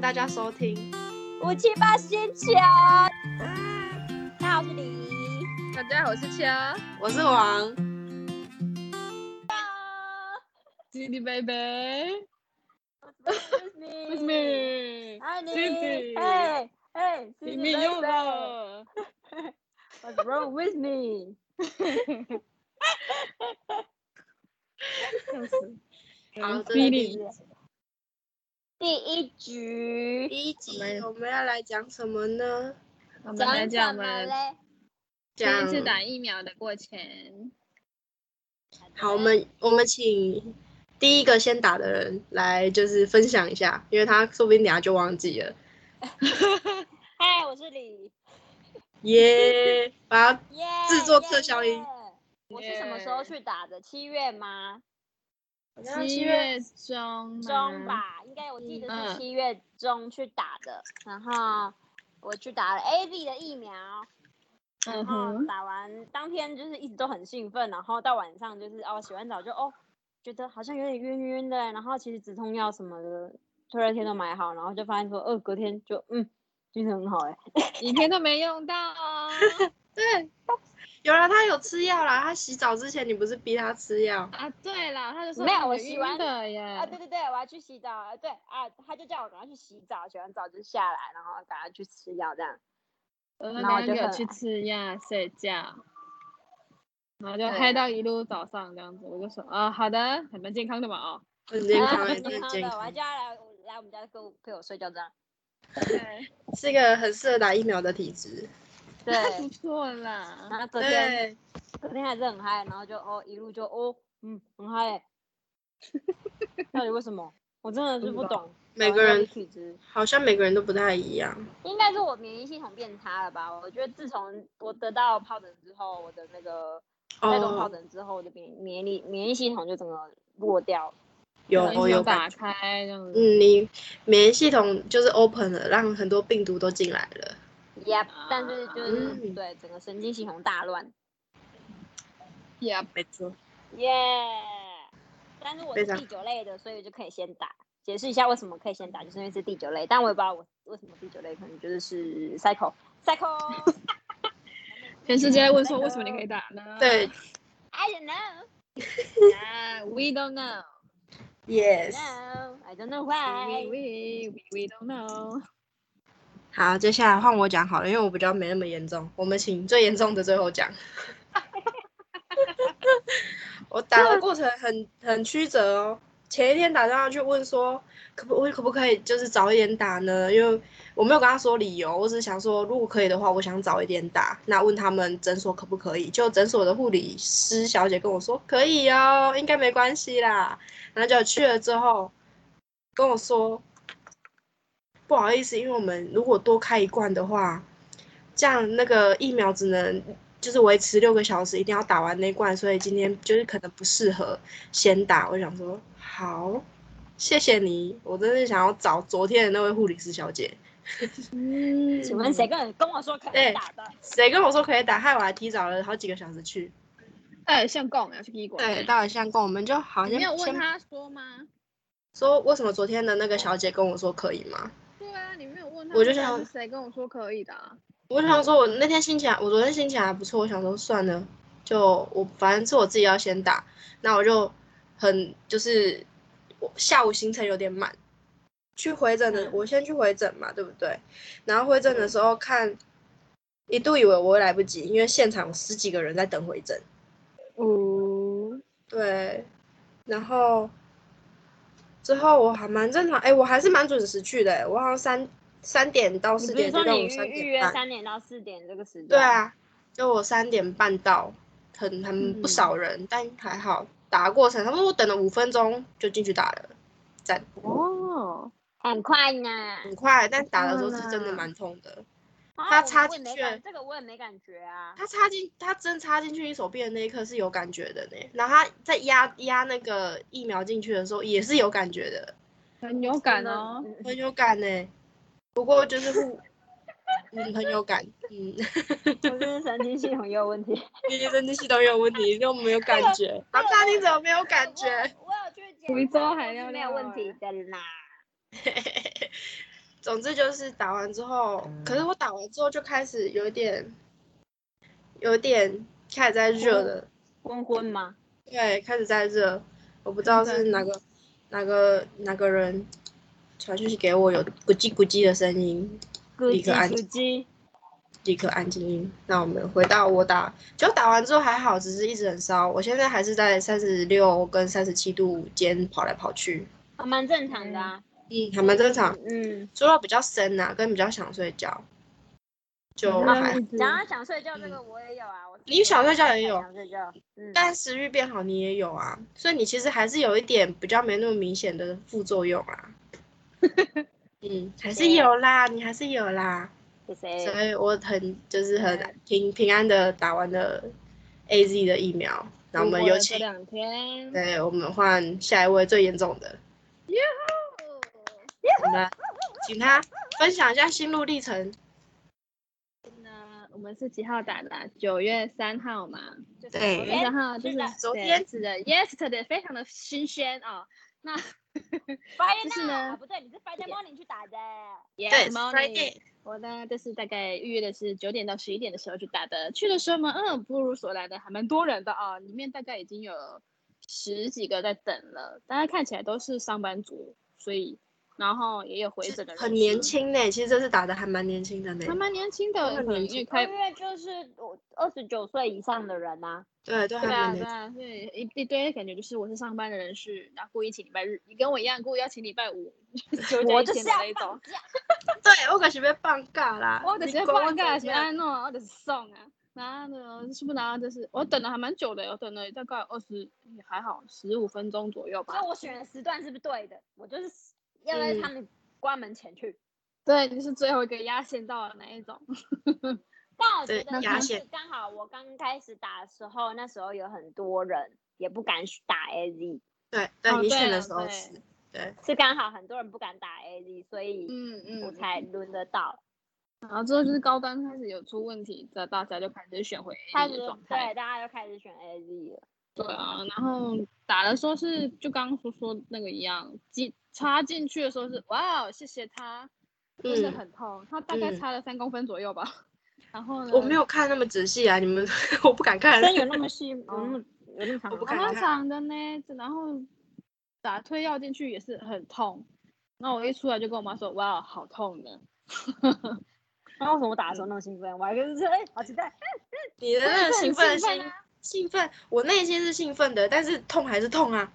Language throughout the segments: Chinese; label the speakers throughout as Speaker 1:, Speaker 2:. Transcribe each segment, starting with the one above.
Speaker 1: 大家收听。
Speaker 2: 五七八先强。大家好，我是李怡。
Speaker 3: 大家好，我是嗯掐，
Speaker 1: 我是王，
Speaker 3: 弟弟贝贝
Speaker 2: Excuse me，
Speaker 3: ，Miss
Speaker 2: 爱你
Speaker 3: 弟弟，
Speaker 2: 哎哎，
Speaker 3: me，
Speaker 2: 弟
Speaker 3: 你
Speaker 2: 弟
Speaker 3: 又
Speaker 2: 拜拜
Speaker 3: 了，
Speaker 2: What's wrong with me？
Speaker 3: 笑死，
Speaker 1: 好的
Speaker 3: 弟弟，
Speaker 2: 第一局
Speaker 1: 第一集我们要来讲什么呢？
Speaker 3: 我们来讲我
Speaker 2: 什么
Speaker 3: 们
Speaker 2: 嘞？
Speaker 3: 第
Speaker 1: 讲
Speaker 3: 一次打疫苗的过程，
Speaker 1: 好，我们我们请第一个先打的人来，就是分享一下，因为他说不定等下就忘记了。
Speaker 2: 嗨，我是李。
Speaker 1: 耶、把它
Speaker 2: 耶！
Speaker 1: 制作
Speaker 2: 耶
Speaker 1: 特效音
Speaker 2: 耶我是什么时候去打的？七月吗？
Speaker 3: 七月中
Speaker 2: 中
Speaker 3: 吗，
Speaker 2: 吧，应该我记得
Speaker 3: 嗯
Speaker 2: 是七月中去打的，然后我去打了 A B 的疫苗，然
Speaker 3: 嗯
Speaker 2: 后
Speaker 3: 哼，
Speaker 2: 打完当天就是一直都很兴奋，然后到晚上就是哦洗完澡就哦觉得好像有点晕晕的，欸然后其实止痛药什么的退热贴都买好，然后就发现说呃隔天就嗯精神很好哎、
Speaker 3: 一天都没用到哦，
Speaker 1: 对，有了，他有吃药啦。他洗澡之前，你不是逼他吃药？
Speaker 3: 啊，对了，他就说
Speaker 2: 没有
Speaker 3: 你
Speaker 2: 我
Speaker 3: 晕
Speaker 2: 洗完
Speaker 3: 的
Speaker 2: 啊对
Speaker 3: 耶，
Speaker 2: 对对，我要去洗澡啊对啊他就叫我赶快去洗澡，洗完澡就下来，然后赶快去吃药这样。
Speaker 3: 我
Speaker 2: 然后
Speaker 3: 那
Speaker 2: 我就
Speaker 3: 天有
Speaker 2: 很
Speaker 3: 去吃药睡觉。然后就
Speaker 2: 对
Speaker 3: 嗨到一路早上这样子，我就说啊、好的，还蛮健康的嘛哦。
Speaker 1: 很健 康、欸，
Speaker 2: 很
Speaker 1: 真
Speaker 2: 健
Speaker 1: 的
Speaker 2: 康
Speaker 1: 健
Speaker 2: 的，我
Speaker 1: 康
Speaker 2: 还， 叫他来我来我们家跟我陪我睡觉这样。
Speaker 3: 对，
Speaker 1: 是一个很适合打疫苗的体质。
Speaker 2: 对，
Speaker 3: 不错啦。
Speaker 2: 然后隔天
Speaker 1: 对，
Speaker 2: 隔天还是很嗨，然后就哦一路就哦嗯很嗨欸、到底为什么？我真的是
Speaker 3: 不
Speaker 2: 不
Speaker 3: 知道
Speaker 2: 懂
Speaker 1: 每个
Speaker 2: 到底
Speaker 1: 人
Speaker 2: 体质，
Speaker 1: 好像每个人都不太一样。
Speaker 2: 应该是我免疫系统变差了吧？我觉得自从我得到疱疹之后，我的那个带动疱
Speaker 1: 哦，
Speaker 2: 疹之后，我的免免疫力免疫系统就整个弱掉。
Speaker 1: 哦有
Speaker 3: 我
Speaker 1: 我有感
Speaker 3: 打
Speaker 1: 觉。
Speaker 3: 开这样子。
Speaker 1: 嗯，你免疫系统就是 open 了，让很多病毒都进来了。
Speaker 2: Yep，但是就是、
Speaker 1: 嗯
Speaker 2: 对整个神经系统大乱。
Speaker 3: Yep，
Speaker 1: 没错。
Speaker 2: 耶、但是我
Speaker 1: 非
Speaker 2: 是
Speaker 1: 常
Speaker 2: 第九类的，所以就可以先打。解释一下为什么可以先打，就是因为是第九类，但我也不知道我为什么第九类，可能就是 cycle cycle 。
Speaker 3: 全世界问说为什么你可以打呢？
Speaker 1: 对
Speaker 2: I don't know,
Speaker 3: 啊，We don't know。
Speaker 1: ，yes。
Speaker 2: no, I don't know
Speaker 3: We
Speaker 2: why。
Speaker 3: we we we don't know。
Speaker 1: 好，接下来换我讲好了，因为我比较没那么严重。我们请最严重的最后讲。 我打的过程很很曲折哦。前一天打电话去问说，可不我可不可以就是早一点打呢？因为我没有跟他说理由，我只是想说，如果可以的话，我想早一点打。那问他们诊所可不可以？就诊所的护理师小姐跟我说可以哦，应该没关系啦。然后就去了之后，跟我说不好意思，因为我们如果多开一罐的话，这样那个疫苗只能就是维持六个小时，一定要打完那一罐，所以今天就是可能不适合先打。我想说，好，谢谢你，我真是想要找昨天的那位护理师小姐，
Speaker 3: 嗯
Speaker 2: 请问谁？跟跟我说可
Speaker 1: 对
Speaker 2: 以打的？
Speaker 1: 谁跟我说可以打，害我还提早了好几个小时去。
Speaker 3: 哎，像共啊，去医馆。
Speaker 1: 对，，到了香港，我们就好
Speaker 3: 你
Speaker 1: 像
Speaker 3: 没有问
Speaker 1: 先
Speaker 3: 他说吗？
Speaker 1: 说为什么昨天的那个小姐跟我说可以吗？
Speaker 3: 对啊，你没有问他。
Speaker 1: 我就想
Speaker 3: 想是谁跟我说可以的啊？
Speaker 1: 我想说，我那天心情还，我昨天心情还不错，我想说算了，就我反正是我自己要先打，那我就很就是我下午行程有点满，去回诊的、
Speaker 3: 嗯
Speaker 1: 我先去回诊嘛，对不对？然后回诊
Speaker 2: 嗯
Speaker 1: 的时候看，一度以为我会来不及，因为现场有十几个人在等回诊，
Speaker 3: 哦，
Speaker 1: 对，然后之后我还蛮正常，哎，我还是蛮准时去的，我好像三三点到
Speaker 2: 你
Speaker 1: 四
Speaker 2: 不是
Speaker 1: 点
Speaker 2: 说
Speaker 1: 就到
Speaker 2: 你
Speaker 1: 我三
Speaker 2: 预预
Speaker 1: 点
Speaker 2: 约
Speaker 1: 半。
Speaker 2: 三点到四点这个时段？
Speaker 1: 对，啊，就我三点半到，很很不
Speaker 3: 嗯
Speaker 1: 少人，但还好打的过程，他们我等了五分钟就进去打了，赞，
Speaker 3: 哦，
Speaker 2: 很快呢。
Speaker 1: 很快，但打的时候是真的
Speaker 3: 哇
Speaker 1: 蛮痛的。
Speaker 2: 啊
Speaker 1: 他
Speaker 2: 我
Speaker 1: 插
Speaker 2: 我
Speaker 1: 进
Speaker 2: 也没
Speaker 1: 去
Speaker 2: 感这个我也没感觉啊。
Speaker 1: 他插进，他针插进去你手臂的那一刻是有感觉的呢，然后他在压压那个疫苗进去的时候也是有感觉的，
Speaker 3: 很有感 哦。
Speaker 2: 真的
Speaker 1: 很有感呢。不过就是护，嗯，很有感，嗯，
Speaker 2: 我真是神经系统也有问题。
Speaker 1: 毕竟生殖系统有问题，就没有感觉。啊，大你怎么没有
Speaker 2: 哎
Speaker 1: 感觉？
Speaker 2: 我有去检查
Speaker 3: 福州海料
Speaker 2: 都是没有问题的啦。
Speaker 1: 总之就是打完之后，可是我打完之后就开始有一点，有点开始在热了，
Speaker 2: 昏昏吗？
Speaker 1: 对，开始在热，我不知道是哪个哪个哪个人传讯息给我，有咕叽咕叽的声音，
Speaker 2: 咕
Speaker 1: 立刻
Speaker 2: 叽
Speaker 1: 按
Speaker 2: 咕叽，
Speaker 1: 立刻安静。那我们回到我打，就打完之后还好，只是一直很烧，我现在还是在三十六跟三十七度间跑来跑去，
Speaker 2: 啊，蛮正常的啊。
Speaker 1: 嗯，还蛮正常，
Speaker 2: 嗯，
Speaker 1: 除了比较深呐、跟比较想睡觉，就还
Speaker 3: 嗯那
Speaker 1: 好。
Speaker 3: 嗯
Speaker 2: 讲到想睡觉这个，我也有啊。我
Speaker 1: 你想睡觉也有
Speaker 2: 想睡觉，嗯，
Speaker 1: 但食欲变好你也有啊，所以你其实还是有一点比较没那么明显的副作用啊。嗯，还是
Speaker 3: 啊
Speaker 1: 有啦，你还是有啦。
Speaker 2: 谁谁
Speaker 1: 所以我很就是
Speaker 3: 啊
Speaker 1: 很平平安的打完了 A Z 的疫苗，然后我们有
Speaker 3: 这
Speaker 1: 请，
Speaker 3: 两天，
Speaker 1: 对，我们换下一位最严重的，
Speaker 3: 哦
Speaker 1: 我们请他分享一下心路历程。
Speaker 3: 那我们是几号打的啊？九月三号嘛。
Speaker 1: 对
Speaker 3: 九月
Speaker 2: 哎
Speaker 3: 三号就是
Speaker 1: 哎是的昨
Speaker 3: 对
Speaker 1: 天
Speaker 3: 是的，yesterday 非常的新鲜哦。那
Speaker 2: ，Friday
Speaker 3: 就是呢
Speaker 2: night，啊不对，你是 Friday morning 去打的。
Speaker 1: 对
Speaker 3: yes morning，
Speaker 1: ，Friday，
Speaker 3: 我呢就是大概预约的是九点到十一点的时候去打的。去的时候嘛，嗯，不如所来的还蛮多人的啊，里面大概已经有十几个在等了，大家看起来都是上班族，所以然后也有回诊的人，
Speaker 1: 很年，轻呢、其实这次打的还蛮年轻的呢、
Speaker 3: 还蛮年轻的，
Speaker 1: 很
Speaker 3: 可能
Speaker 1: 年
Speaker 3: 因
Speaker 1: 轻
Speaker 3: 为
Speaker 1: 哦
Speaker 3: 开
Speaker 2: 因为就是我二十九岁以上的人呐、
Speaker 1: 对，都还
Speaker 3: 对
Speaker 1: 蛮
Speaker 3: 啊，
Speaker 1: 年
Speaker 3: 对
Speaker 1: 轻。
Speaker 3: 啊，对一一堆感觉就是我是上班的人士，然后故意请礼拜日，你跟我一样故意要请礼拜五， 休假
Speaker 2: 我
Speaker 3: 一
Speaker 2: 就
Speaker 3: 天
Speaker 2: 是
Speaker 3: 的
Speaker 2: 要
Speaker 3: 那一种
Speaker 2: 放。假。
Speaker 1: 对，我可是被放假啦。
Speaker 3: 我就是
Speaker 1: 啊你讲
Speaker 3: 放
Speaker 1: 我
Speaker 3: 假是
Speaker 1: 怎样
Speaker 3: 安弄，我就是送啊。然后呢，是不然后就是我等了还蛮久的，我等了大概二十，也还好十五分钟左右吧
Speaker 2: 所以。我选的时段是不是对的？我就是要在他们关门前去。
Speaker 3: 对，就是最后一个压线到的那一种。
Speaker 2: 但我觉
Speaker 1: 对
Speaker 2: 得
Speaker 1: 压
Speaker 2: 那是
Speaker 1: 线
Speaker 2: 刚好我刚开始打的时候，那时候有很多人也不敢打 AZ，
Speaker 1: 对对，
Speaker 3: 哦
Speaker 1: 你
Speaker 3: 对
Speaker 1: 选的
Speaker 3: 了
Speaker 1: 时候
Speaker 3: 对
Speaker 1: 是，对，
Speaker 2: 是刚好很多人不敢打 AZ，所以
Speaker 3: 嗯
Speaker 2: 我
Speaker 3: 嗯。
Speaker 2: 才轮得到。
Speaker 3: 然后之后就是高端开始有出问题，这大家就开始选回 A
Speaker 2: 开始
Speaker 3: 的
Speaker 2: 对
Speaker 3: 状，态。
Speaker 2: 大家就开始选 AZ 了。
Speaker 3: 对啊，然后打的时候是就刚刚所说的那个一样，进插进去的时候是哇，哦谢谢他，真的
Speaker 1: 嗯
Speaker 3: 很痛，他大概
Speaker 1: 嗯
Speaker 3: 插了三公分左右吧。 然后呢，
Speaker 1: 我没有看那么仔细啊，你们 我不敢看。
Speaker 2: 真有那么细，有那么有那么
Speaker 1: 我不敢
Speaker 2: 长吗？
Speaker 3: 蛮
Speaker 1: 看
Speaker 3: 长的呢，然后打退药进去也是很痛。那我一出来就跟我妈说，哇，好痛的。
Speaker 2: 那为什么我打的时候那么兴奋？我还就是哎，好期待！
Speaker 1: 你的那个
Speaker 2: 很
Speaker 1: 兴奋的
Speaker 2: 兴奋
Speaker 1: 心，
Speaker 3: 啊
Speaker 1: 兴奋，我内心是兴奋的，但是痛还是痛啊。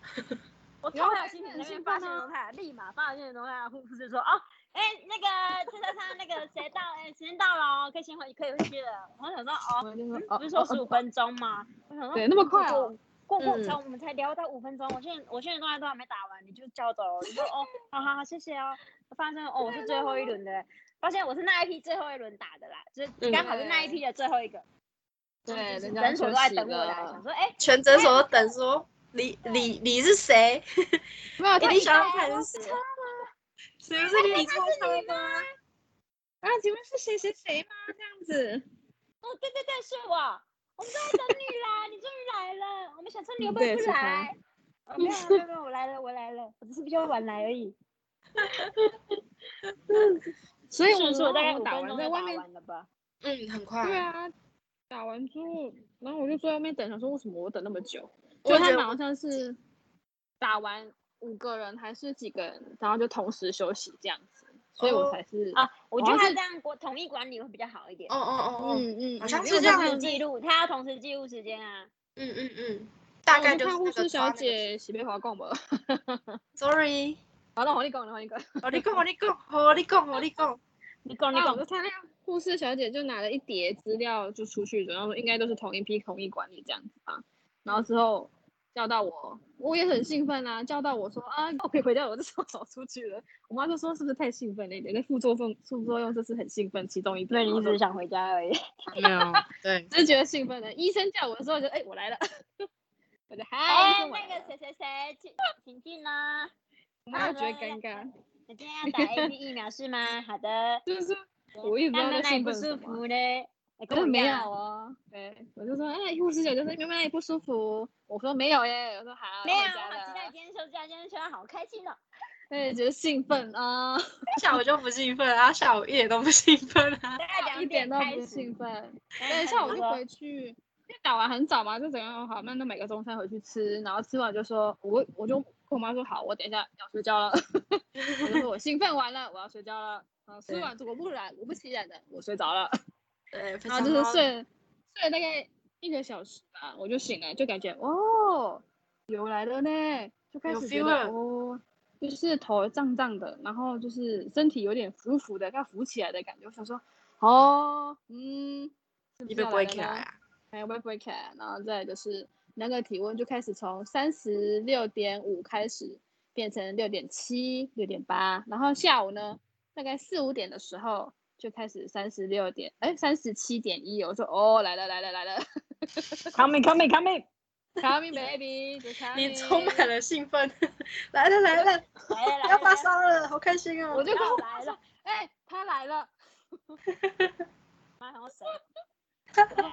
Speaker 2: 我
Speaker 3: 然
Speaker 2: 超有
Speaker 3: 后还
Speaker 2: 心
Speaker 3: 是
Speaker 2: 情
Speaker 3: 很
Speaker 2: 那
Speaker 3: 兴
Speaker 2: 边发
Speaker 3: 奋
Speaker 2: 现
Speaker 3: 啊
Speaker 2: 动态，立马发现动态，护士就说哦，哎、那个这车上那个谁到，哎、时间到了哦，可以先回，可以回去了。然后想说哦，
Speaker 3: 我就说，
Speaker 2: 不是说
Speaker 3: 哦
Speaker 2: 十
Speaker 3: 哦
Speaker 2: 五分钟吗？我想说
Speaker 3: 对那么快
Speaker 2: 过
Speaker 3: 哦
Speaker 2: 过过
Speaker 1: 嗯
Speaker 2: 程我们才聊到五分钟，我现在我现在动态都还没打完，你就叫走了。你说哦，好好好，谢谢哦。发现哦，我是最后一轮的，发现我是那一批最后一轮打的啦，就是
Speaker 1: 嗯
Speaker 2: 刚好是那一批的最后一个。
Speaker 3: 对，
Speaker 2: 就是
Speaker 3: 人家
Speaker 2: 诊所
Speaker 3: 休
Speaker 2: 都在
Speaker 3: 息
Speaker 2: 等我来，
Speaker 3: 了
Speaker 2: 想说哎，
Speaker 1: 全诊所都等说你你你是谁？
Speaker 3: 没有
Speaker 1: 哎
Speaker 3: 他
Speaker 1: 你
Speaker 3: 一
Speaker 1: 想
Speaker 3: 打
Speaker 1: 要看是谁？谁是
Speaker 3: 哎
Speaker 1: 你超
Speaker 2: 你
Speaker 1: 超
Speaker 2: 吗？
Speaker 3: 啊，请问是谁谁谁吗？这样子，
Speaker 2: 哦，对对对，是我，我们都在等你啦，你终于来了，我们想说你有没
Speaker 3: 对
Speaker 2: 有不
Speaker 3: 是他
Speaker 2: 来？哦，没有啊没有没有，我来了我来了，我只是比较晚来而已。
Speaker 3: 所以
Speaker 2: 是
Speaker 3: 我
Speaker 2: 不
Speaker 3: 们
Speaker 2: 是
Speaker 3: 说哦
Speaker 2: 我大概五
Speaker 3: 打
Speaker 2: 分
Speaker 3: 完
Speaker 2: 钟
Speaker 3: 在
Speaker 2: 就
Speaker 3: 外
Speaker 2: 打
Speaker 3: 面
Speaker 2: 完了吧？
Speaker 1: 嗯，很
Speaker 3: 对
Speaker 1: 快。
Speaker 3: 啊，打完之后，然后我就坐在外面等，想说为什么我等那么久？
Speaker 1: 我
Speaker 3: 就他
Speaker 1: 觉
Speaker 3: 们
Speaker 1: 得
Speaker 3: 好像是打完五个人还是几个人，然后就同时休息这样子，所以我
Speaker 1: 哦
Speaker 3: 才是，
Speaker 2: 啊，我觉得
Speaker 3: 好像
Speaker 2: 他
Speaker 3: 是
Speaker 2: 这样管统一管理会比较好一点
Speaker 1: 哦，哦哦哦，
Speaker 3: 嗯
Speaker 1: 好像
Speaker 3: 因
Speaker 1: 是
Speaker 3: 为
Speaker 1: 这
Speaker 3: 我
Speaker 1: 样
Speaker 2: 同
Speaker 3: 看
Speaker 2: 时记录，他要同时记录时间啊。
Speaker 1: 嗯嗯嗯，大
Speaker 3: 哦我
Speaker 1: 概
Speaker 3: 就
Speaker 1: 就是
Speaker 3: 看护
Speaker 1: 那个
Speaker 3: 士
Speaker 1: 抓
Speaker 3: 小
Speaker 1: 那个
Speaker 3: 姐洗被华讲吧。
Speaker 1: Sorry，
Speaker 3: 好了，我跟你讲，我跟你讲，
Speaker 1: 我你讲，我你讲，我你讲，我你讲。
Speaker 2: 你讲你
Speaker 3: 那
Speaker 2: 讲
Speaker 3: 我，就看那个护士小姐就拿了一叠资料就出去，然后应该都是同一批同一管理这样子吧。然后之后叫到我，我也很兴奋啊，叫到我说啊，我可以回家，我就手走出去了。我妈就说是不是太兴奋了一点？那副作用副作用就是很兴奋，其中一
Speaker 2: 对
Speaker 3: 点。
Speaker 2: 你只是想回家而已。
Speaker 1: 没有， 对，
Speaker 3: 只是觉得兴奋的。医生叫我的时候就哎、我来了，我就 嗨，医
Speaker 2: 哎，
Speaker 3: 生我
Speaker 2: 那
Speaker 3: 来
Speaker 2: 个
Speaker 3: 了
Speaker 2: 谁谁谁，请请进啦。
Speaker 3: 我妈就觉得
Speaker 2: 那个
Speaker 3: 尴尬，
Speaker 2: 你今天要 打 A B 疫苗是吗？好的。
Speaker 3: 就是我也不知
Speaker 2: 那
Speaker 3: 道
Speaker 2: 那 那
Speaker 3: 在
Speaker 2: 你
Speaker 3: 兴
Speaker 2: 不
Speaker 3: 奋什
Speaker 2: 舒
Speaker 3: 么。
Speaker 2: 服嘞？哎
Speaker 3: 真的没有
Speaker 2: 哦。
Speaker 3: 哦，对，我就说，哎，护士小姐说你有没有哪里不舒服？我说没有耶，我说好，
Speaker 2: 没有，啊
Speaker 3: 我回家
Speaker 2: 好期待
Speaker 3: 了
Speaker 2: 今天休假，今天休假好开心哦。
Speaker 3: 我也觉得兴奋啊，
Speaker 1: 下午就不兴奋啊，下午一点都不兴奋啊。
Speaker 2: 大概两
Speaker 3: 一点都
Speaker 2: 开
Speaker 3: 不
Speaker 2: 始
Speaker 3: 兴。奋。
Speaker 2: 开
Speaker 3: 对，
Speaker 2: 始
Speaker 3: 下午就
Speaker 2: 说
Speaker 3: 回去，因为打完很早嘛，就怎样好，那就买个中餐回去吃，然后吃完就说，我我就跟我妈说好，我等一下要睡觉了， 我就说我兴奋完了，我要睡觉了，然后吃
Speaker 1: 对
Speaker 3: 完果不然果不其然的我睡着了，
Speaker 1: 对，
Speaker 3: 然后哦就是睡了睡了大概一个小时吧，我就醒了，就感觉哦，有来了呢，就开
Speaker 1: 有
Speaker 3: 始觉
Speaker 1: feel
Speaker 3: 得
Speaker 1: 了
Speaker 3: 哦。就是头胀胀的，然后就是身体有点浮浮的，要浮起来的感觉。我想说，哦，嗯，是
Speaker 1: 你
Speaker 3: 是
Speaker 1: 被
Speaker 3: 要
Speaker 1: 不会
Speaker 3: 了
Speaker 1: 起来
Speaker 3: 呢
Speaker 1: 啊？
Speaker 3: 还有 w e 起来，然后再来就是那个体温就开始从三十六点五开始变成六点七、六点八，然后下午呢大概四五点的时候就开始三十六点，哎，三十七点一，我说哦来了来了来了
Speaker 2: coming coming coming，
Speaker 3: ，coming baby，就 coming
Speaker 1: 你充满，了兴奋，来了来了，
Speaker 2: 来了来
Speaker 1: 要
Speaker 2: 了
Speaker 1: 发烧了，好开心哦！
Speaker 3: 我就跟
Speaker 2: 要
Speaker 3: 我
Speaker 2: 来了，
Speaker 3: 哎他 来了
Speaker 2: 妈好神，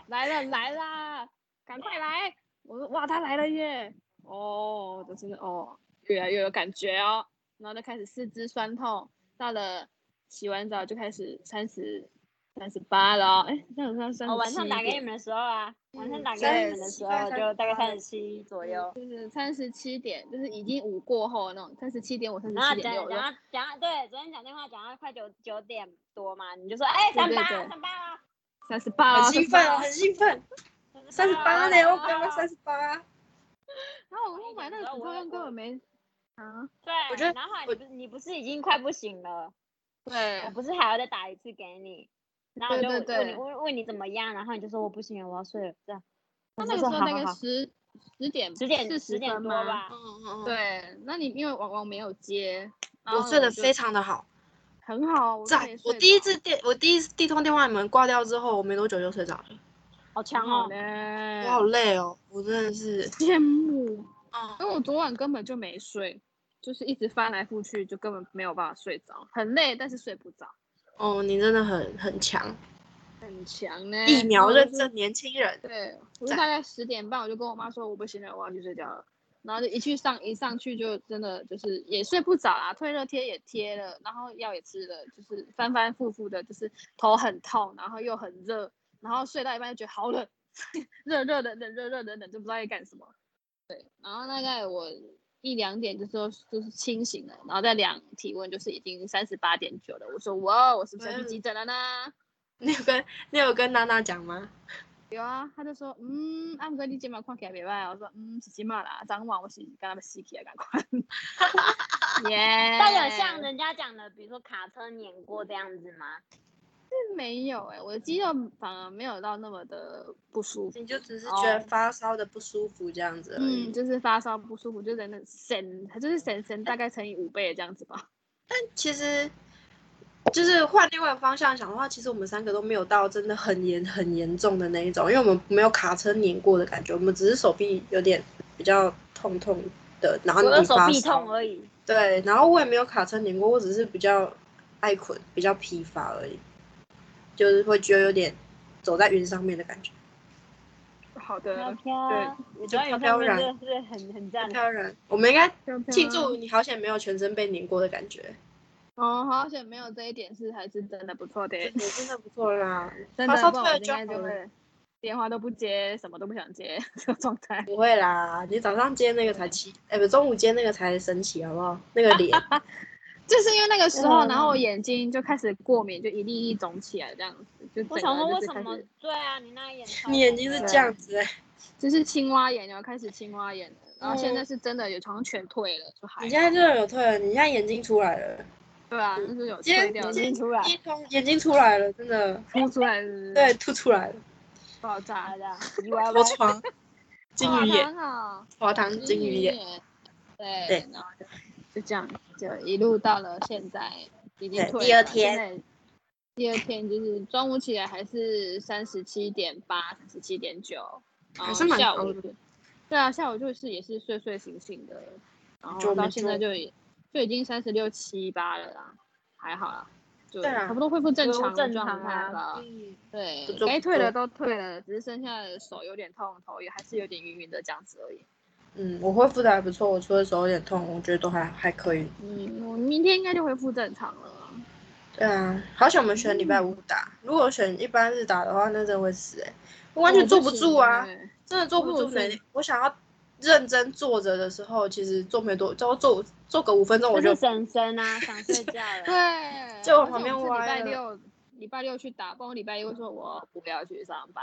Speaker 3: 来了来啦，赶快来，我说哇他来了耶，哦就是哦越来越有感觉哦。然后就开始四肢酸痛，到了洗完澡就开始三十三十八了哦，哎，那有算三
Speaker 2: 我晚
Speaker 3: 十
Speaker 2: 上打给你
Speaker 3: 七，
Speaker 2: 们的时候啊，晚上
Speaker 1: 嗯
Speaker 2: 打给
Speaker 1: 三
Speaker 2: 你们的
Speaker 1: 十
Speaker 2: 时
Speaker 1: 七大
Speaker 2: 候啊
Speaker 1: 概
Speaker 2: 就大概
Speaker 1: 38
Speaker 2: 三十七左右。
Speaker 3: 就是三十七点，就是已经五过后那种，三十七点五、三十
Speaker 2: 啊然后
Speaker 3: 七
Speaker 2: 讲
Speaker 3: 点六，
Speaker 2: 讲到讲到对，昨天讲电话讲到快九九点多嘛，你就说哎三
Speaker 3: 对
Speaker 2: 八
Speaker 3: 对
Speaker 2: 三八啊，
Speaker 3: 三十八，
Speaker 1: 很兴奋哦，
Speaker 3: 38
Speaker 1: 很兴奋，三
Speaker 2: 啊
Speaker 1: 十八呢，我刚刚三十八。啊
Speaker 3: 然后我跟我买那个止痛药根本没啊，
Speaker 2: 对，
Speaker 1: 我觉得
Speaker 2: 然后后来
Speaker 1: 我
Speaker 2: 你不是你不是已经快不行了，
Speaker 3: 对
Speaker 2: 我不是还要再打一次给你，然后我
Speaker 3: 对
Speaker 2: 就
Speaker 3: 对
Speaker 2: 问
Speaker 3: 对
Speaker 2: 你问问你怎么样，然后你就说我不行了，我要睡了，这样。
Speaker 3: 他
Speaker 2: 我
Speaker 3: 那
Speaker 2: 就
Speaker 3: 个时
Speaker 2: 说
Speaker 3: 候
Speaker 2: 好
Speaker 3: 大
Speaker 2: 好
Speaker 3: 概
Speaker 2: 好
Speaker 3: 十十点
Speaker 2: 十点
Speaker 3: 四
Speaker 2: 十
Speaker 3: 十
Speaker 2: 点
Speaker 3: 分
Speaker 2: 多
Speaker 3: 吗
Speaker 2: 吧，
Speaker 1: 嗯嗯，
Speaker 3: 对，那你因为王王没有接，然
Speaker 1: 我
Speaker 3: 后
Speaker 1: 睡得
Speaker 3: 就
Speaker 1: 非常的好，
Speaker 3: 很好，我都
Speaker 1: 在
Speaker 3: 没
Speaker 1: 我
Speaker 3: 睡
Speaker 1: 第一
Speaker 3: 着
Speaker 1: 次电我第一次第一通电话你们挂掉之后，我没多久就睡着了，
Speaker 2: 好强
Speaker 3: 很好
Speaker 2: 哦，
Speaker 1: 我好
Speaker 3: 呢，
Speaker 1: 累哦，我真的是，
Speaker 3: 羡慕。
Speaker 1: 嗯，
Speaker 3: 因为我昨晚根本就没睡，就是一直翻来覆去，就根本没有办法睡着，很累，但是睡不着，
Speaker 1: 哦，你真的很很强，
Speaker 3: 很强呢。
Speaker 1: 疫苗
Speaker 3: 然后
Speaker 1: 认
Speaker 3: 就是
Speaker 1: 证年轻人，
Speaker 3: 对，我就
Speaker 1: 在
Speaker 3: 大概十点半，我就跟我妈说我不行了，我要去睡觉了。然后就一去上一上去就真的就是也睡不着啦，退热贴也贴了，然后药也吃了，就是反反复复的，就是头很痛，然后又很热，然后睡到一半就觉得好冷， 热热的冷热热的冷，就不知道在干什么。对，然后大概我一两点就说就是清醒了，然后再量体温就是已经三十八点九了，我说哇，哦我是不是要去急诊了呢？
Speaker 1: 你有跟你有跟娜娜讲吗？
Speaker 3: 有啊，他就说，嗯，啊，毋过你即马看起来袂歹，我说，嗯，是即马啦，昨晚我是敢若要死去啊，赶快。耶，
Speaker 2: 但有像人家讲的，比如说卡车碾过这样子吗？
Speaker 3: 没有哎、我的肌肉反而没有到那么的不舒服，
Speaker 1: 你就只是觉得
Speaker 2: 哦
Speaker 1: 发烧的不舒服这样子而已
Speaker 3: 嗯，。就是发烧不舒服，就真的神，就是神神大概乘以五倍这样子吧。
Speaker 1: 其实就是换另外一个方向想的话，其实我们三个都没有到真的很严很严重的那一种，因为我们没有卡车碾过的感觉，我们只是手臂有点比较痛痛的，然后
Speaker 2: 我
Speaker 1: 啊你
Speaker 2: 的手
Speaker 1: 发
Speaker 2: 臂
Speaker 1: 烧
Speaker 2: 痛而已，
Speaker 1: 对，然后我也没有卡车碾过，我只是比较爱捆，比较疲乏而已，就是会觉得有点走在云上面的感觉，
Speaker 3: 好
Speaker 2: 飘
Speaker 3: 的，
Speaker 2: 飘，我
Speaker 1: 就
Speaker 2: 觉得有
Speaker 1: 飘飘
Speaker 2: 上面
Speaker 1: 然
Speaker 2: 真的是很很赞。
Speaker 1: 飘然。我们应该
Speaker 3: 飘飘
Speaker 1: 庆祝你好险没有全身被碾过的感觉，
Speaker 3: 哦，好险没有这一点是还是真的不错的，
Speaker 1: 也真的不错啦。
Speaker 3: 真
Speaker 1: 发
Speaker 3: 的，
Speaker 1: 烧
Speaker 3: 不
Speaker 1: 退
Speaker 3: 然我
Speaker 1: 了
Speaker 3: 应
Speaker 1: 就
Speaker 3: 该
Speaker 1: 好
Speaker 3: 就
Speaker 1: 了。
Speaker 3: 会电话都不接，什么都不想接这个状态。
Speaker 1: 不会啦，你早上接那个才七，哎、不，中午接那个才神奇，好不好？那个脸，
Speaker 3: 就是因为那个时候，
Speaker 2: 嗯
Speaker 3: 然后我眼睛就开始过敏，就一粒一粒肿起来这样子，就整
Speaker 2: 我想
Speaker 3: 个
Speaker 2: 说
Speaker 3: 就
Speaker 2: 为
Speaker 3: 是
Speaker 2: 什
Speaker 3: 开
Speaker 2: 么
Speaker 3: 始？
Speaker 2: 对啊，你那眼
Speaker 1: 你眼睛是这样子、哎，
Speaker 3: 就是青蛙眼，然后开始青蛙眼了，然后现在
Speaker 1: 嗯
Speaker 3: 是真的有好像全退了，就还
Speaker 1: 你现在真的有退了，你现在眼睛出来了，
Speaker 3: 对啊，就是有
Speaker 1: 今天
Speaker 3: 退掉
Speaker 2: 眼
Speaker 3: 了，
Speaker 1: 今天
Speaker 2: 睛出来
Speaker 1: 一通眼睛出来了，真的，
Speaker 3: 凸出来是不是
Speaker 1: 对，凸出来了，
Speaker 3: 爆
Speaker 2: 好
Speaker 3: 炸，
Speaker 2: 的，意外
Speaker 1: 我
Speaker 2: 吧？
Speaker 1: 床，金鱼眼，
Speaker 3: 啊，
Speaker 1: 华堂金鱼眼，，
Speaker 3: 对，
Speaker 1: 对
Speaker 3: 然后就就这样，就一路到了现在已经
Speaker 1: 对
Speaker 3: 退
Speaker 1: 第
Speaker 3: 了
Speaker 1: 二
Speaker 3: 嘛
Speaker 1: 天，
Speaker 3: 现在第二天就是中午起来还是三十七点八、三十七点九，然
Speaker 1: 还
Speaker 3: 后
Speaker 1: 是蛮
Speaker 3: 下
Speaker 1: 高
Speaker 3: 午
Speaker 1: 的
Speaker 3: 就对啊，下午就是也是睡睡醒醒的，然
Speaker 1: 就
Speaker 3: 后
Speaker 1: 没
Speaker 3: 到现在
Speaker 1: 做
Speaker 3: 就已就已经三十六七八了啦，还好啦，就
Speaker 1: 对啊
Speaker 3: 差不多恢复正
Speaker 2: 恢复
Speaker 3: 常
Speaker 2: 正
Speaker 3: 状
Speaker 2: 常
Speaker 3: 态
Speaker 2: 啊
Speaker 3: 了。
Speaker 1: 嗯，
Speaker 3: 对
Speaker 1: 不，错
Speaker 3: 该
Speaker 1: 不
Speaker 3: 退的
Speaker 1: 错
Speaker 3: 都退了，只是剩下的手有点痛，头也还是有点晕晕的这样子而已。
Speaker 1: 嗯，我恢复的还不错，我除了手有点痛，我觉得都还还可以，
Speaker 3: 嗯，明天应该就恢复正常了啊。
Speaker 1: 对啊，好想我们选礼拜五打，如果选一般日打的话，那真的会死哎、我完全坐不住啊，
Speaker 3: 哦
Speaker 1: 真的坐不
Speaker 3: 我
Speaker 1: 住
Speaker 3: 也是
Speaker 1: 呢。我想要认真坐着的时候，其实坐没多，坐坐坐个五分钟我
Speaker 2: 就
Speaker 1: 就是
Speaker 2: 婶婶啊，想睡觉
Speaker 3: 不行
Speaker 2: 了。
Speaker 3: 欸对，
Speaker 1: 就往
Speaker 3: 而且
Speaker 1: 旁边
Speaker 3: 我是礼
Speaker 1: 歪
Speaker 3: 拜
Speaker 1: 了
Speaker 3: 六，礼拜六去打，不然我礼拜一会说我不要去上班。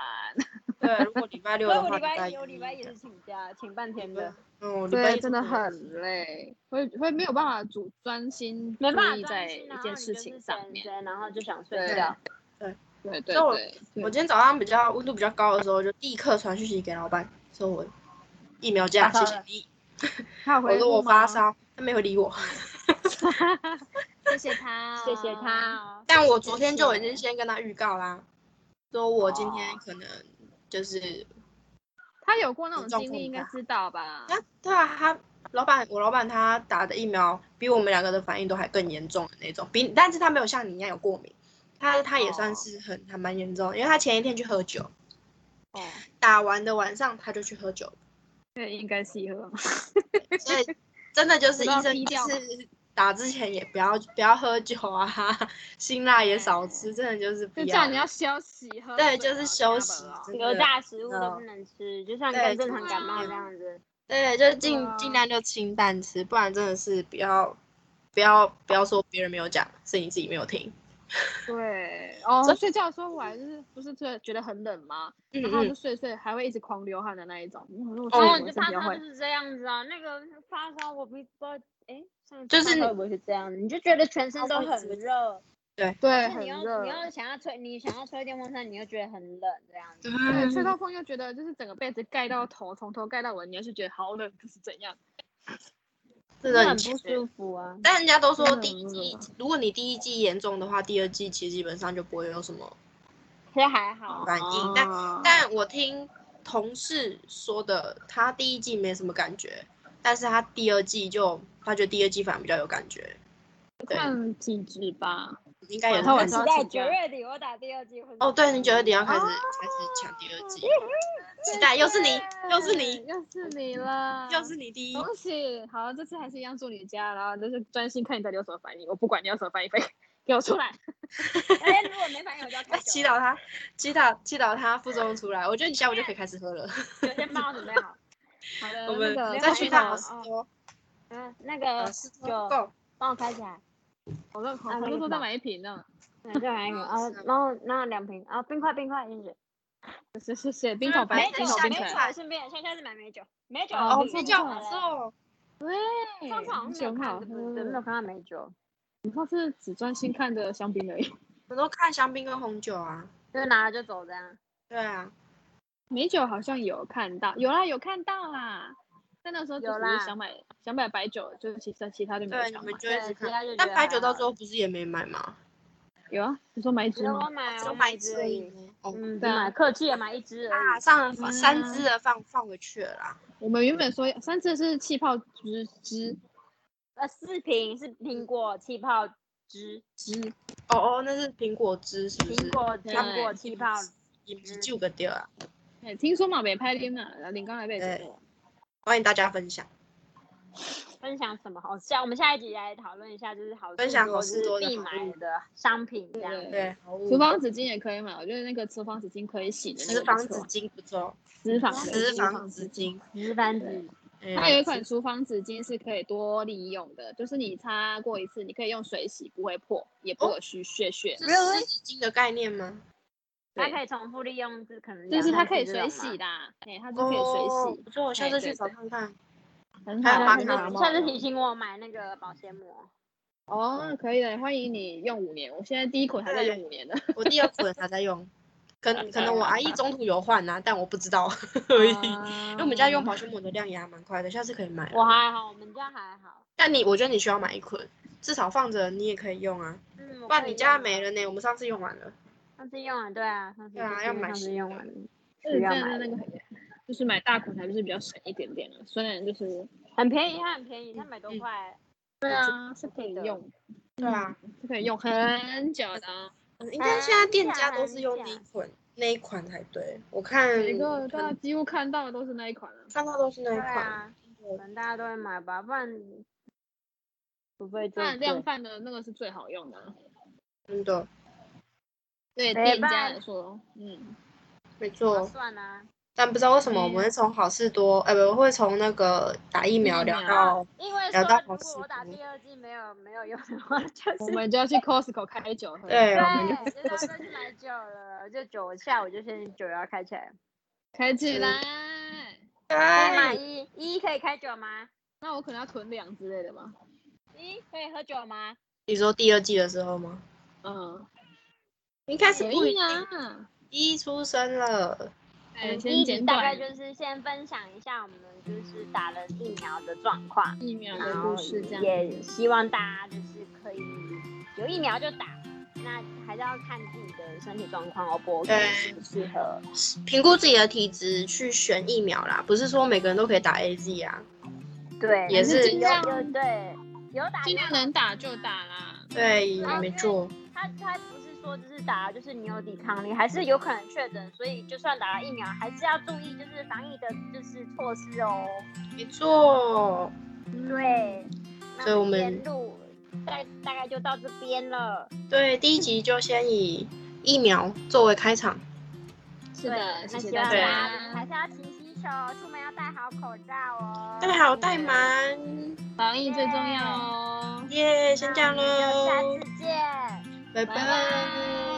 Speaker 1: 对。如果礼拜六
Speaker 2: 所以
Speaker 1: 的
Speaker 2: 我
Speaker 1: 话，
Speaker 2: 礼拜一，我礼
Speaker 1: 礼
Speaker 2: 拜一也是请假，请半天的，
Speaker 1: 嗯，我礼拜
Speaker 3: 对，
Speaker 1: 一
Speaker 3: 真的
Speaker 1: 是
Speaker 3: 很累，会会没有办法主专心注
Speaker 2: 没办
Speaker 3: 意
Speaker 2: 法
Speaker 3: 在
Speaker 2: 专心
Speaker 1: 啊
Speaker 2: 啊
Speaker 3: 一件事情上面。，
Speaker 2: 然后就想睡
Speaker 3: 对
Speaker 2: 觉。
Speaker 3: 对对
Speaker 1: 所以我
Speaker 3: 对，
Speaker 1: 我今天早上比较温度比较高的时候，就立刻传讯息给老板，说我疫苗假，
Speaker 2: 发
Speaker 1: 谢
Speaker 2: 烧
Speaker 1: 谢
Speaker 2: 了
Speaker 1: 你。
Speaker 3: 他有
Speaker 1: 我
Speaker 3: 回
Speaker 1: 说
Speaker 3: 复
Speaker 1: 我发
Speaker 3: 吗，
Speaker 1: 烧，他没有理我。
Speaker 3: 谢谢他哦，
Speaker 2: 谢谢他，
Speaker 1: 但我昨天就已经先跟他预告啦，说我今天可能就是，
Speaker 3: 他有过那
Speaker 1: 很重
Speaker 3: 种经
Speaker 1: 复
Speaker 3: 历，应该
Speaker 1: 吧
Speaker 3: 知道吧？
Speaker 1: 啊，对啊，他老板，我老板他打的疫苗比我们两个的反应都还更严重的那种，比但是他没有像你一样有过敏，他他也算
Speaker 2: 哦
Speaker 1: 是很还蛮严重的，因为他前一天去喝酒，
Speaker 2: 哦，
Speaker 1: 打完的晚上他就去喝酒了
Speaker 3: 对，应该是喝。
Speaker 1: 所以真的就是
Speaker 3: 不
Speaker 1: 医
Speaker 3: 要
Speaker 1: 生就
Speaker 3: 低调嘛
Speaker 1: 是打之前也不要不要喝酒啊， 辛辣也少吃，真的就是不
Speaker 3: 就叫
Speaker 1: 要
Speaker 3: 你。要休息，喝
Speaker 1: 啊对
Speaker 3: 水
Speaker 1: 就是
Speaker 3: 啊
Speaker 1: 休
Speaker 3: 加
Speaker 1: 息
Speaker 3: 油啊
Speaker 1: 真的
Speaker 2: 油炸食物都
Speaker 1: 嗯
Speaker 2: 不能吃，就像
Speaker 1: 对
Speaker 2: 跟正
Speaker 1: 真
Speaker 2: 常
Speaker 3: 的
Speaker 2: 感冒这样子。
Speaker 1: 对，就是尽
Speaker 3: 啊
Speaker 1: 尽量就清淡吃，不然真的是不要不要不要说别人没有讲，是你自己没有听。
Speaker 3: 对，哦
Speaker 1: 所，以
Speaker 3: 睡觉的时候我还是不是觉觉得很冷吗？
Speaker 1: 嗯
Speaker 3: 然后就
Speaker 1: 嗯，
Speaker 3: 睡睡还会一直狂流汗的那一种。嗯如果
Speaker 1: 哦
Speaker 3: 睡
Speaker 2: 哦，
Speaker 3: 我
Speaker 2: 就
Speaker 3: 身
Speaker 2: 发
Speaker 3: 体
Speaker 2: 烧
Speaker 3: 会
Speaker 2: 就，是这样子啊，那个发烧我不知道，哎，上一次
Speaker 1: 就是
Speaker 2: 发烧会不会是这样子？你就觉得全身
Speaker 1: 发
Speaker 2: 都
Speaker 1: 烧一
Speaker 2: 哦很
Speaker 1: 直
Speaker 2: 热，
Speaker 3: 对，
Speaker 2: 但
Speaker 3: 很
Speaker 2: 你要
Speaker 3: 热
Speaker 2: 你，要想要吹，你想要吹电风扇，你又觉得很冷这样子。
Speaker 3: 对，
Speaker 1: 对
Speaker 2: 嗯
Speaker 3: 吹到风又觉得就是整个被子盖到头，从头盖到尾，你还是觉得好冷，这是怎样？
Speaker 1: 是
Speaker 2: 那
Speaker 1: 的，
Speaker 2: 很
Speaker 1: 你
Speaker 2: 不舒服啊。
Speaker 1: 但人家都说
Speaker 3: 真的
Speaker 1: 第一
Speaker 3: 真的
Speaker 1: 季，如果你第一季严重的话，第二季其实基本上就不会有什么
Speaker 2: 其实还好，啊
Speaker 1: 反应。但
Speaker 3: 哦
Speaker 1: 但我听同事说的，他第一季没什么感觉，但是他第二季就他觉得第二季反而比较有感觉，对
Speaker 3: 看体质吧。
Speaker 1: 应该也
Speaker 3: 然
Speaker 1: 是
Speaker 3: 后我
Speaker 1: 看
Speaker 2: 我期
Speaker 3: 知
Speaker 1: 出
Speaker 3: 道
Speaker 2: 待
Speaker 3: 请
Speaker 2: 九
Speaker 3: 假
Speaker 2: 月底我打第二季会。
Speaker 1: 哦，对，你九月底
Speaker 2: 啊
Speaker 1: 要 开始、开始抢第二季，
Speaker 3: 嗯
Speaker 1: 期待又是你，又是你，，
Speaker 3: 又是你了，
Speaker 1: 又是你第一，
Speaker 3: 恭喜！好，这次还是一样做你家，然后就是专心看你到底有什么反应，我不管你有什么反应，反应 给我出来。
Speaker 2: 哎，如果没反应我就要开
Speaker 1: 哎，
Speaker 2: 酒
Speaker 1: 祈，祷他，祈祷祈祷他副作用出来，我觉得你下午就可以开始喝了。
Speaker 2: 酒先帮我准备好。
Speaker 3: 好的，
Speaker 1: 我们
Speaker 3: 呃那个
Speaker 1: 再去一趟
Speaker 2: 好
Speaker 1: 好
Speaker 2: 事
Speaker 1: 事多，
Speaker 2: 嗯，那
Speaker 1: 好
Speaker 2: 个
Speaker 1: 事多够，
Speaker 2: 帮我开起来，
Speaker 3: 我说
Speaker 2: 啊
Speaker 3: 我
Speaker 2: 那个
Speaker 3: 说说
Speaker 2: 什
Speaker 3: 再
Speaker 2: 么
Speaker 3: 买一瓶呢，
Speaker 2: 嗯，再来一个啊，然后然后两瓶啊，冰块冰块进去。
Speaker 3: 谢谢谢，冰口白
Speaker 2: 美
Speaker 1: 哎
Speaker 2: 酒
Speaker 1: 等
Speaker 3: 冰
Speaker 1: 一下
Speaker 2: 美
Speaker 3: 口冰
Speaker 1: 等
Speaker 2: 酒
Speaker 3: 可
Speaker 1: 一下
Speaker 2: 顺便下下次买美酒，美酒
Speaker 3: 哦
Speaker 1: 哦，
Speaker 3: 没
Speaker 1: 没
Speaker 3: 酒
Speaker 1: 叫
Speaker 3: 好
Speaker 1: 我瘦，
Speaker 3: 对，
Speaker 2: 上次好像没有
Speaker 3: 很嗯好
Speaker 2: 看，对不对？没有
Speaker 3: 喝，
Speaker 2: 看到美酒，
Speaker 3: 你上次只专心看的香槟而已，
Speaker 1: 我都看香槟跟红酒啊，
Speaker 2: 就是拿了就走这样。
Speaker 1: 对啊，
Speaker 3: 美酒好像有看到，有啦有看到啦，但那时候就
Speaker 2: 有
Speaker 3: 只是
Speaker 2: 啦
Speaker 3: 想买想买白酒，就是其实其他就没有
Speaker 1: 对，你
Speaker 3: 想买
Speaker 1: 们。就一直
Speaker 2: 对其他
Speaker 1: 看
Speaker 2: 就觉，
Speaker 1: 但
Speaker 2: 得
Speaker 1: 白
Speaker 2: 还
Speaker 1: 酒到
Speaker 2: 好
Speaker 1: 最后不是也没买吗？
Speaker 3: 有啊，你说买一
Speaker 2: 只
Speaker 3: 支
Speaker 2: 是
Speaker 3: 吗
Speaker 2: 我？买
Speaker 1: 只有
Speaker 2: 我
Speaker 1: 买一
Speaker 2: 一
Speaker 1: 支
Speaker 2: 支
Speaker 1: 而
Speaker 2: 而
Speaker 1: 已
Speaker 2: 已。
Speaker 1: 呢。哦，
Speaker 2: 嗯，只
Speaker 3: 对啊
Speaker 2: 买客气也买一支而
Speaker 1: 啊，
Speaker 2: 已。
Speaker 1: 上了三
Speaker 3: 嗯
Speaker 1: 只的放放回去了啦。
Speaker 3: 我们原本说要三次是气泡汁汁
Speaker 2: 呃，四瓶是苹果气泡汁，
Speaker 3: 汁，
Speaker 1: 哦哦，那是苹果汁是不是？
Speaker 2: 苹果苹
Speaker 3: 对
Speaker 2: 果气泡
Speaker 1: 你不是就个掉啊！
Speaker 3: 哎，听说嘛北派天呐，林刚来被
Speaker 1: 对
Speaker 3: 子了。
Speaker 1: 欢迎大家分享，
Speaker 2: 分享什么好下？我们下一集来讨论一下，就是好
Speaker 1: 分享好
Speaker 2: 或
Speaker 1: 事
Speaker 2: 是
Speaker 1: 多的
Speaker 2: 必
Speaker 1: 好
Speaker 2: 买
Speaker 1: 物
Speaker 2: 的商品这样。
Speaker 3: 对
Speaker 1: 对，
Speaker 3: 厨房纸巾也可以买，我觉得那个厨房纸巾可以洗的那
Speaker 1: 十
Speaker 3: 个不
Speaker 1: 房
Speaker 3: 错。
Speaker 1: 纸巾不错，
Speaker 3: 私房
Speaker 2: 对
Speaker 1: 十
Speaker 2: 私
Speaker 1: 房纸，巾，
Speaker 2: 值班
Speaker 3: 对
Speaker 2: 纸，
Speaker 1: 嗯
Speaker 3: 它有一款厨房纸巾是可以多利用的，就是你擦过一次，你可以用水洗，不会破，也不会有虚屑屑。
Speaker 1: 哦是
Speaker 2: Really？
Speaker 1: 湿纸巾的概念吗？
Speaker 2: 它
Speaker 3: 对
Speaker 2: 可以重复利用，就是可能
Speaker 3: 就是
Speaker 2: 两
Speaker 3: 它
Speaker 2: 三
Speaker 3: 可以
Speaker 2: 次
Speaker 3: 水
Speaker 2: 这种
Speaker 3: 洗
Speaker 2: 嘛。
Speaker 3: 的，哎，它就可以
Speaker 1: 哦
Speaker 3: 水，洗，
Speaker 1: 不错，我下
Speaker 3: 哎
Speaker 1: 次
Speaker 3: 对
Speaker 1: 去找
Speaker 3: 对
Speaker 1: 看看。
Speaker 3: 很
Speaker 1: 还有
Speaker 3: 好
Speaker 1: 玛
Speaker 3: 用。
Speaker 1: 卡
Speaker 3: 很
Speaker 1: 龙
Speaker 3: 好
Speaker 2: 下次
Speaker 3: 用
Speaker 2: 提醒我买那个保鲜膜。
Speaker 3: 哦，可以的，欢迎你用五年。我现在第一款还在用五年 的，
Speaker 1: 我第二款还在用，可能可能我阿姨中途有换啊，但我不知道而已。因
Speaker 3: 因
Speaker 1: 为我们家用保鲜膜的量也还蛮快的，下次可以买啊。
Speaker 2: 嗯我还好，我们家还好。
Speaker 1: 但你我觉得你需要买一捆，至少放着你也可以用啊。
Speaker 2: 嗯，
Speaker 1: 不然你
Speaker 2: 家
Speaker 1: 家没了呢，我们上次用完了。
Speaker 2: 上次用完，对啊，上次
Speaker 1: 对啊
Speaker 2: 就是
Speaker 1: 要
Speaker 2: 因为
Speaker 1: 买
Speaker 2: 上次
Speaker 1: 新
Speaker 2: 用
Speaker 1: 的
Speaker 2: 完了，
Speaker 3: 是
Speaker 2: 需要
Speaker 3: 在
Speaker 2: 买
Speaker 3: 那
Speaker 2: 的
Speaker 3: 个很，就是买大口才就是比较省一点点了，虽然就是
Speaker 2: 很便宜，它很便宜，三百多
Speaker 1: 嗯
Speaker 2: 块。
Speaker 3: 对啊是可以
Speaker 2: 的
Speaker 3: 用，
Speaker 1: 对啊，
Speaker 3: 是可以用很久的 啊。
Speaker 1: 嗯应该现在店家
Speaker 2: 很
Speaker 1: 都是用那
Speaker 2: 假
Speaker 1: 一款那一款才对。我看
Speaker 3: 每个大家
Speaker 1: 看
Speaker 3: 几乎看到的都是那一款了。啊
Speaker 1: 嗯到都是那一
Speaker 2: 对啊
Speaker 1: 款。
Speaker 2: 啊，可能大家都会买吧，不然除非就
Speaker 3: 那量
Speaker 2: 对
Speaker 3: 贩的那个是最好用的，啊
Speaker 1: 真的
Speaker 3: 对
Speaker 2: 没
Speaker 3: 店家
Speaker 2: 办
Speaker 3: 来说，嗯，
Speaker 1: 没
Speaker 2: 划
Speaker 1: 错。
Speaker 2: 算啊，
Speaker 1: 但不知道为什么我们会从好事多，哎、不，会从那个打疫苗
Speaker 3: 疫
Speaker 1: 聊
Speaker 3: 苗
Speaker 1: 到，
Speaker 2: 因为
Speaker 1: 聊
Speaker 2: 说
Speaker 1: 到
Speaker 2: 如
Speaker 1: 好事
Speaker 2: 果我打
Speaker 1: 多
Speaker 2: 第二季没有没有用的话，就是
Speaker 3: 我们就要去 Costco 开酒喝，
Speaker 1: 对，我们就
Speaker 2: 对，就是要再去买酒了，就酒下午就先酒要开起来。
Speaker 3: 开起
Speaker 1: 嗯
Speaker 3: 来。
Speaker 2: 先买
Speaker 1: 哎，
Speaker 2: 一，一可以开酒吗？
Speaker 3: 那我可能要囤粮之类的吧，
Speaker 2: 一可以喝酒吗？
Speaker 1: 你说第二季的时候吗？
Speaker 3: 嗯，
Speaker 1: 应该是
Speaker 3: 可
Speaker 1: 不一
Speaker 3: 以
Speaker 1: 定，
Speaker 3: 啊。
Speaker 1: 一出生了，
Speaker 3: 哎，
Speaker 2: 第
Speaker 3: 先
Speaker 2: 一集
Speaker 3: 简
Speaker 2: 大概
Speaker 3: 短
Speaker 2: 就是先分享一下我们就是打了疫苗的状况，
Speaker 3: 疫苗的
Speaker 2: 然后
Speaker 3: 故事这样
Speaker 2: 也
Speaker 3: 子。
Speaker 2: 希望大家就是可以有疫苗就打，那还是要看自己的身体状况 O 不 OK，
Speaker 1: 对
Speaker 2: 适不适合。
Speaker 1: 评估自己的体质去选疫苗啦，不是说每个人都可以打 A Z 啊。
Speaker 2: 对，
Speaker 1: 也是
Speaker 2: 有有对有打
Speaker 3: 尽
Speaker 2: 有
Speaker 3: 量能打就打啦。
Speaker 1: 对
Speaker 2: 啊，
Speaker 1: 没
Speaker 2: 因为
Speaker 1: 错，
Speaker 2: 他他不是说就是打了就是你有抵抗力，还是有可能确诊，所以就算打了疫苗，还是要注意就是防疫的就是措施哦。
Speaker 1: 没错，
Speaker 3: 嗯
Speaker 2: 对，那
Speaker 1: 所以我们
Speaker 2: 今天录大大概就到这边了。
Speaker 1: 对，第一集就先以疫苗作为开场，
Speaker 3: 是
Speaker 2: 对，
Speaker 3: 的，谢
Speaker 2: 那
Speaker 3: 谢
Speaker 2: 希望
Speaker 3: 大
Speaker 2: 大家还
Speaker 3: 家。
Speaker 2: 是要勤洗手，出门要戴好口罩哦。
Speaker 1: 大家好，戴满，
Speaker 3: 防疫最重要哦。
Speaker 1: 耶，
Speaker 2: 那
Speaker 1: 先这样
Speaker 2: 我们就下
Speaker 1: 喽，
Speaker 2: 次见。
Speaker 1: 拜
Speaker 3: 拜
Speaker 1: 拜
Speaker 3: 拜